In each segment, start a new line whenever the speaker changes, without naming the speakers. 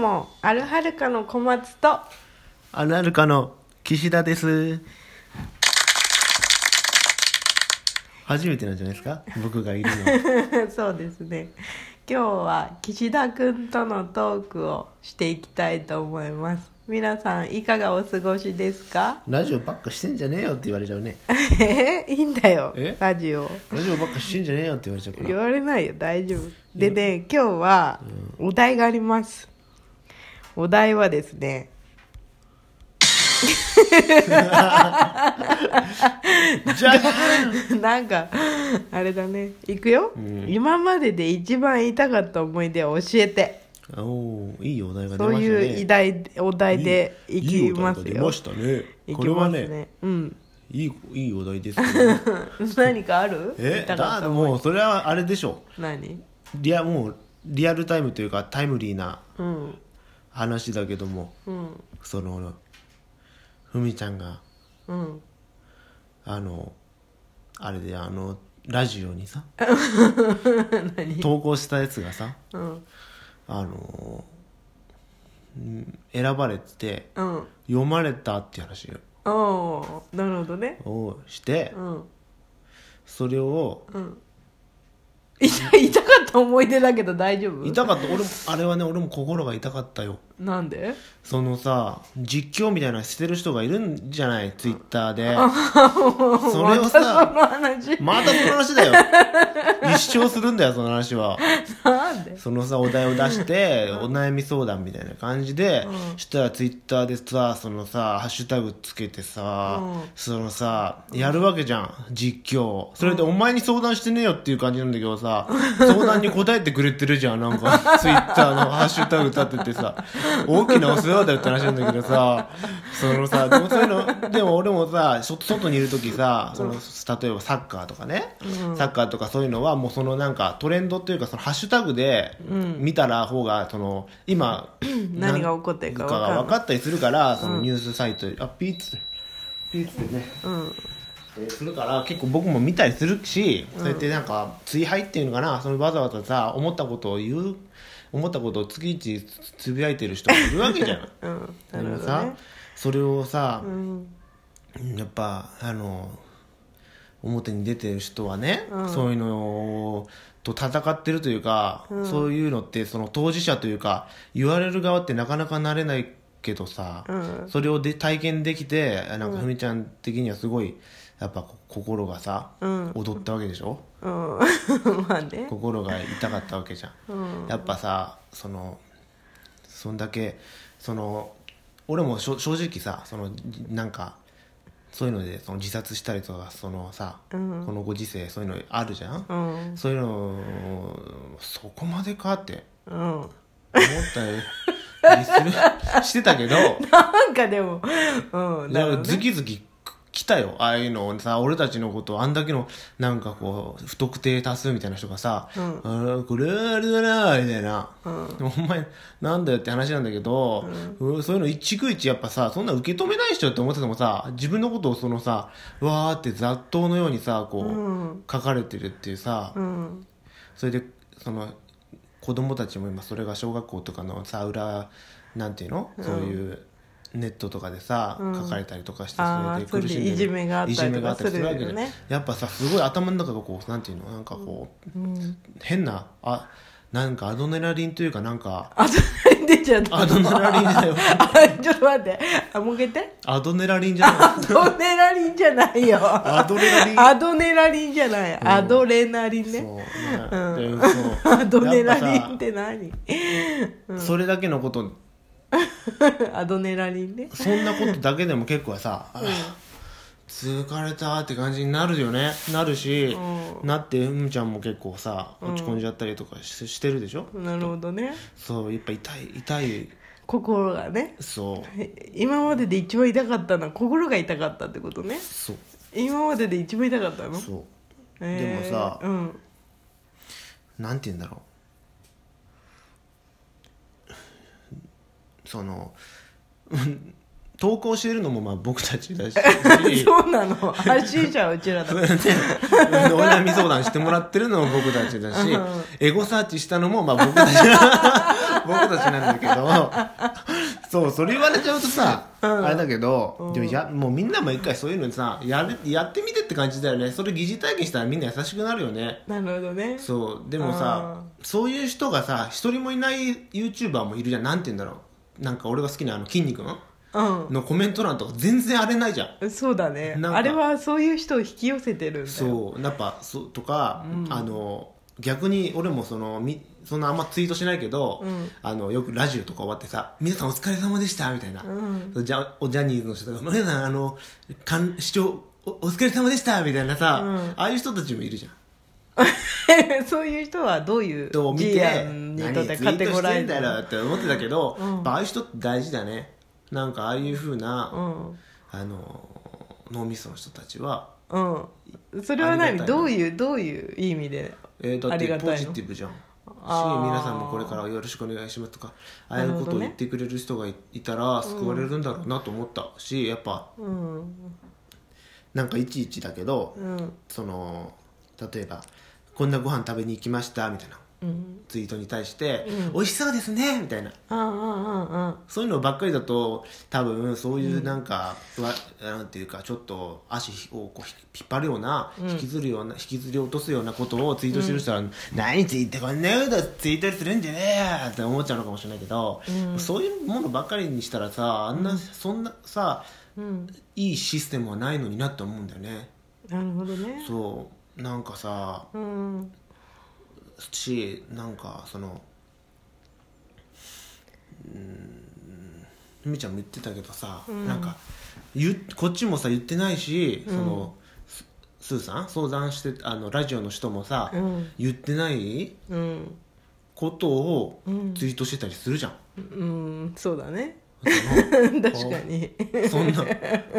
もあるはるかの小松と
あるあるかの岸田です。初めてなんじゃないですか僕がいるの。
そうですね今日は岸田くんとのトークをしていきたいと思います皆さんいかがお過ごしですか
ラジオばっかしてんじゃねえよって言われちゃうね。
えいいんだよ
え
ラジオ
ラジオばっかしてんじゃねえよって言われちゃうか
言
ら。
われないよ大丈夫でね今日はお題がありますお題はですね
じゃあ
なんかあれだねいくよ、今までで一番言いたかった思い出を教えて
おーいいお題が出
そう
ましたね。
いう偉大お題で
い
いきます
いいお題が出
よ
ましたね。
い
こ
き
れは
ます
ね、
ねうん
いい、いいお題です けど。
何かある言
え
い、たか
だ
っ
って
た
もうそれはあれでしょ。
何
リア、もうリアルタイムというかタイムリーな
うん
話だけども、
うん
その、ふみちゃんが、
うん
あのあれであのラジオにさ
何
投稿したやつがさ
うん
あのうん選ばれて
うん
読まれたっていう話
おーなるほどね
をして
うん
それを
うん痛い痛かった思い出だけど大丈夫
痛かった俺もあれはね俺も心が痛かったよ
なんで
そのさ実況みたいなのしてる人がいるんじゃないツイッターでそれを
またそ
さ
の話
またその話だよ一生するんだよその話は
なんで
そのさお題を出 してお悩み相談みたいな感じで、したらツイッターでさそのさハッシュタグつけてさ、
うん
そのさやるわけじゃん実況それでお前に相談してねえよっていう感じなんだけどさ、相談に答えてくれてるじゃんなん かツイッターのハッシュタグ立ててさ大きなお世話だよって話なんだけどさそのさでもそういうのでも俺もさそ外にいる時さその例えばサッカーとかね、サッカーとかそういうのはもうそのなんかトレンドっていうかそのハッシュタグで見たら方がその今
何が起こってるか分かんない
が分かったりするからそのニュースサイト、あピーツピーツでね、えーするから結構僕も見たりするし、そうやってなんか追廃っていうのかなそのわざわざさ思ったことを言う思ったことを月一つつぶやいてる人もいるわけじ ゃない
うんな
で
る
も
ほど
さ
ね
それをさ、
うん
やっぱあの表に出てる人はね、そういうのと戦ってるというか、そういうのってその当事者というか言われる側ってなかなかなれないけどさ、
うん
それをで体験できてなんかふみちゃん的にはすごいやっぱこ心がさ、
うん
踊ったわけでしょ
うんまあね
心が痛かったわけじゃん
うん
やっぱさそのそんだけその俺もしょ正直さそのじなんかそういうのでその自殺したりとかそのさ、
うん
このご時世そういうのあるじゃん、
うん
そういうのそこまでかって
うん
思ったり するしてたけど
なんかでもうんなる
だから
ほど
ズ
ね
キズキ来たよああいうのをさ俺たちのことをあんだけのなんかこう不特定多数みたいな人がさ「
うん
あーこれあれだな」みたいな、
うん
でもお前なんだよって話なんだけど、うんそういうの一区一やっぱさそんな受け止めない人って思っててもさ自分のことをそのさわーって雑踏のようにさこう、
うん
書かれてるっていうさ、
うん
それでその子供たちも今それが小学校とかのさ裏なんていうの、そういうネットとかでさ、
うん
書かれたりとかして
あー
それで苦し
それ
んでる
でいじめがあったりとか
いじめがあったりするわけじゃん
するよね
やっぱさすごい頭の中がこうなんていうのなんかこう、変なあなんかアドネラリンというかなんか
あそれ出ちゃった
アドネラリンだよ
あちょっと待ってあもう一回言って
アドネラリンじゃない
アドネラリンじゃないよ
アドレナリン
アドネラリンじゃないアドレナリ ンね
そう、
うん
でそう
アドネラリ
やっ
ン
ぱ
っ
さ
て何
それだけのこと
アドネラリンね
そんなことだけでも結構さ、あ疲れたって感じになるよねなるし、
う
なってうんちゃんも結構さ落ち込んじゃったりとかし,、してるでしょ
なるほどね
そうやっぱ痛い痛い
心がね
そう
今までで一番痛かったのは心が痛かったってことね
そう
今までで一番痛かったの
そう
えー
でもさ
うん
なんて言うんだろうそのうん投稿してるのもまあ僕たち だし
そうなの発信者はうちらだ
ねお悩み相談してもらってるのも僕たちだし、エゴサーチしたのもまあ僕たち 僕たちなんだけどそうそれ言われちゃうとさ、あれだけど、でもやもうみんなも一回そういうのにさやるやってみてって感じだよねそれ疑似体験したらみんな優しくなるよね
なるほどね
そうでもさそういう人がさ一人もいない YouTuber もいるじゃんなんて言うんだろうなんか俺が好きなあの筋肉の
う
のコメント欄とか全然荒れないじゃん
んそうだね
なんか
あれはそういう人を引き寄せてるんだよ
そうやっぱそうとか、あの逆に俺もそのみそんなあんまツイートしないけど、
うん
あのよくラジオとか終わってさ「皆さんお疲れ様でした」みたいな、
うん
そうジャおジャニーズの人とか「皆さんあのかん視聴おお疲れ様でした」みたいなさ、
うん
ああいう人たちもいるじゃん。
そういう人はどういう
と見
ジ
て
アンに
何
とっ
ツイ
てカ
ー
テ
ト
ゴ
し
ラ
て
イ
ん
ズ
だろって思ってたけど、
うん
やっぱああいう人って大事だねなんかああいうふうな、
うん
あの脳みその人たちは、
うんそれは
あ
何
りがたいな
どういうどういう意味で
えー、だ
あ
っ
り
て
がたいの
ポジティブじゃんし
あー
皆さんもこれからよろしくお願いしますとかああいうこ
なるほ
と
ど
を
ね
言ってくれる人がいいたら救われるんだろうなと思ったし、やっぱ
うん
なんかいちいちだけど、
うん
その例えば「こんなご飯食べに行きました」みたいな
うん
ツイートに対して
うん
「美味しそうですね」みたいな
あああああ
そういうのばっかりだと多分そういうなんか、わなんていうかちょっと足をこう引っ張るような、引きずるような引きずり落とすようなことをツイートしてる人は、何ツイートこんなことツイートするんじゃねえよって思っちゃうのかもしれないけど、そういうものばっかりにしたらさあんな、そんな
あ
さ
うん
いいシステムはないのになって思うんだよね。
なるほどね
そうなんかさ
うん
しなんかそのうーんみーちゃんも言ってたけどさ、なんか言っこっちもさ言ってないし、そのススーさん相談してあのラジオの人もさ、
うん
言ってない
うん
ことを
うん
ツイートしてたりす るじゃん、
うんそうだね
そ
確かに
のそんな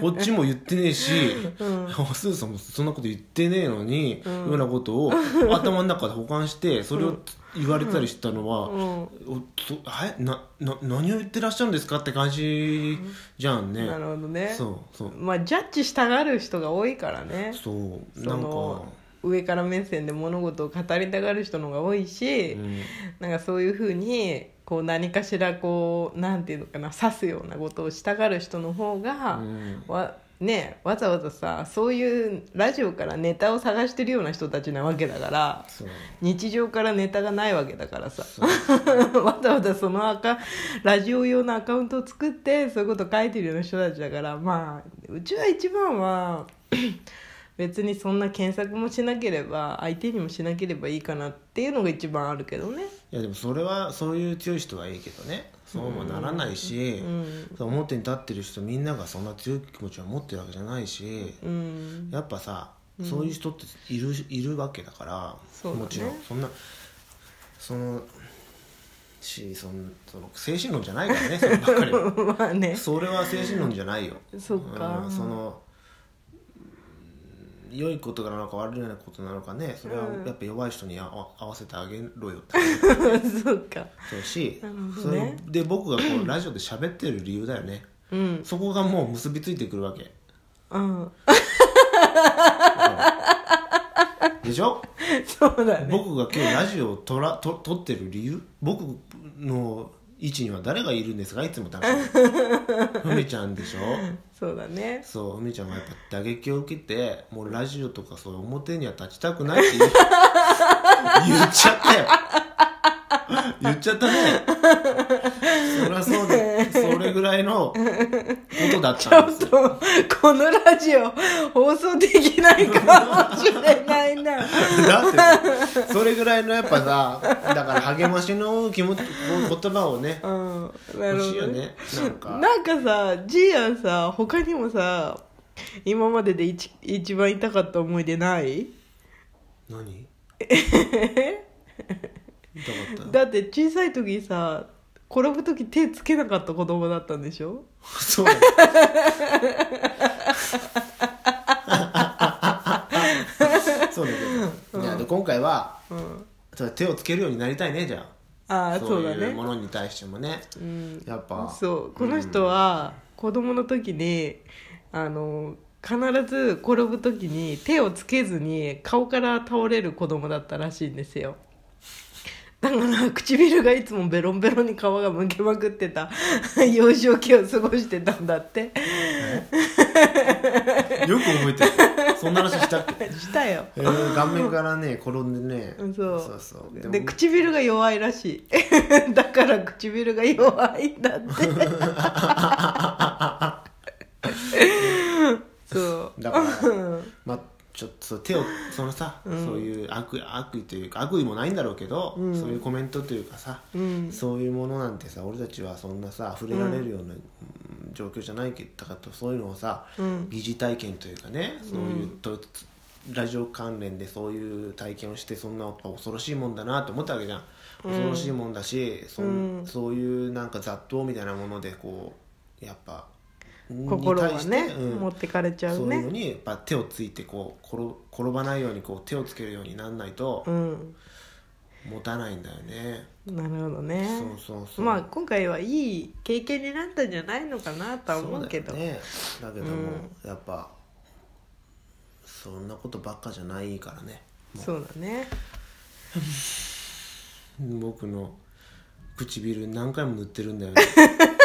こっちも言ってねえし、 スーさんもそんなこと言ってねえのに、ようなことを頭の中で保管してそれを言われたりしたのは、
うん
おとえなな何を言ってらっしゃるんですかって感じじゃんね、
なるほどね
そうそう
まあジャッジしたがる人が多いからね
そう
そ
なんか、
の上から目線で物事を語りたがる人の方が多いし、
うん、
なんかそういうふうにこう何かしらこうなんていうのかな刺すようなことをしたがる人の方が、
うん
わね、わざわざさそういうラジオからネタを探してるような人たちなわけだから
そう
日常からネタがないわけだからさ
そ う
わざわざそのアカラジオ用のアカウントを作ってそういうこと書いてるような人たちだからまあうちは一番は 別にそんな検索もしなければ相手にもしなければいいかなっていうのが一番あるけどね。
いやでもそれはそういう強い人はいいけどねそうもならないし、そう表に立ってる人みんながそんな強い気持ちを持ってるわけじゃないし、
うん
やっぱさ、そういう人っているいるわけだから
そうだね
もちろんそんなそのしそのその精神論じゃないからねそればっ かりは。
まあね
それは精神論じゃないよ
そっか
うんそのうん良いことなのか悪いことなのかねそれはやっぱ弱い人にあわ合わせてあげろよって
そうか
そうし、
なるほ
そ
どね
れで僕がこうラジオで喋ってる理由だよね
うん
そこがもう結びついてくるわけ
うん
でしょ
そうだね
僕が今日ラジオをとらと撮ってる理由僕の位置には誰がいるんですかいつもだからふみちゃんでしょ
そうだね
そう、ふみちゃんはやっぱ打撃を受けて、もうラジオとかそういう表には立ちたくないって言う 言っちゃったよ。言っちゃったね。そりゃそうで、それぐらいのことだったんですよ。
このラジオ放送できないかもしれないな
だって、それぐらいのやっぱさ、だから励ましの気持ち、言葉をね、
うんなる
欲
ほ
しいよ
どね
ね。なんか。
なんかさジーヤンさ他にもさ今までで一一番痛かった思い出ない
何痛かった。
だって小さい時さ転ぶ時手つけなかった子供だったんでしょ
そうだね。そうだけど、じゃあで今回は
うん
そう手をつけるようになりたいねじゃ
あ
あ
あそうだ
いう
ね
ものに対してもね、
ん
やっぱ
そうこの人は子供の時に、あの必ず転ぶ時に手をつけずに顔から倒れる子供だったらしいんですよだから唇がいつもベロンベロンに皮がむけまくってた 幼少期を過ごしてたんだって
よく覚えてるそんな話したっ け、
したよ
えー顔面からね転んでね
そう
そうそう
で
も
唇が弱いらしい だから唇が弱いんだって そう
だ からまあちょっとそう手をそのさ、そういう悪悪意というか悪意もないんだろうけど、そういうコメントというかさ、そういうものなんてさ俺たちはそんなさ触れられるような、うん状況じゃないけどとそういうのをさ、疑似体験というかねそういうと、ラジオ関連でそういう体験をしてそんなやっぱ恐ろしいもんだなと思ったわけじゃん恐ろしいもんだし、そんそういうなんか雑踏みたいなものでこうやっぱ
心
に
は
対して
ね、
うん
持ってかれちゃ
そうういうの
ね
にやっぱ手をついてこう転転ばないようにこう手をつけるようになんないと
うん
持たないんだよね、
なるほどね
そうそうそう
まあ今回はいい経験になったんじゃないのかなとは思うけど
そうだよねだけども、やっぱそんなことばっかじゃないからね
そうだね
僕の唇何回も塗ってるんだよ ね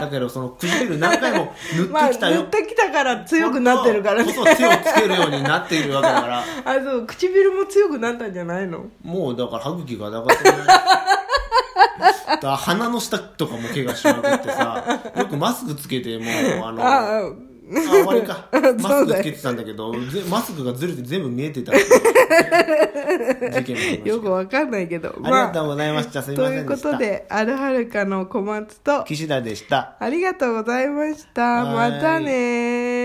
だけどその唇何回も 塗
まあ
ってきたよ、
塗ってきたから強くなってるからね
こそ手をつけるようになっているわけだから
あそう唇も強くなったんじゃないの
もうだから歯茎がガタガタにだから鼻の下とかも怪我しまくってさよくマスクつけてもうあのあ
ああ
終わりか
そうだよ
マスクつけてたんだけどぜマスクがずれて全部見え てた事件もありました
よくわかんないけど
ありがとうございましたすいま
と
せ
い
ん
う
で
こ
した
とであるはるかの小松と
岸田でした
ありがとうございました
はーい
またねー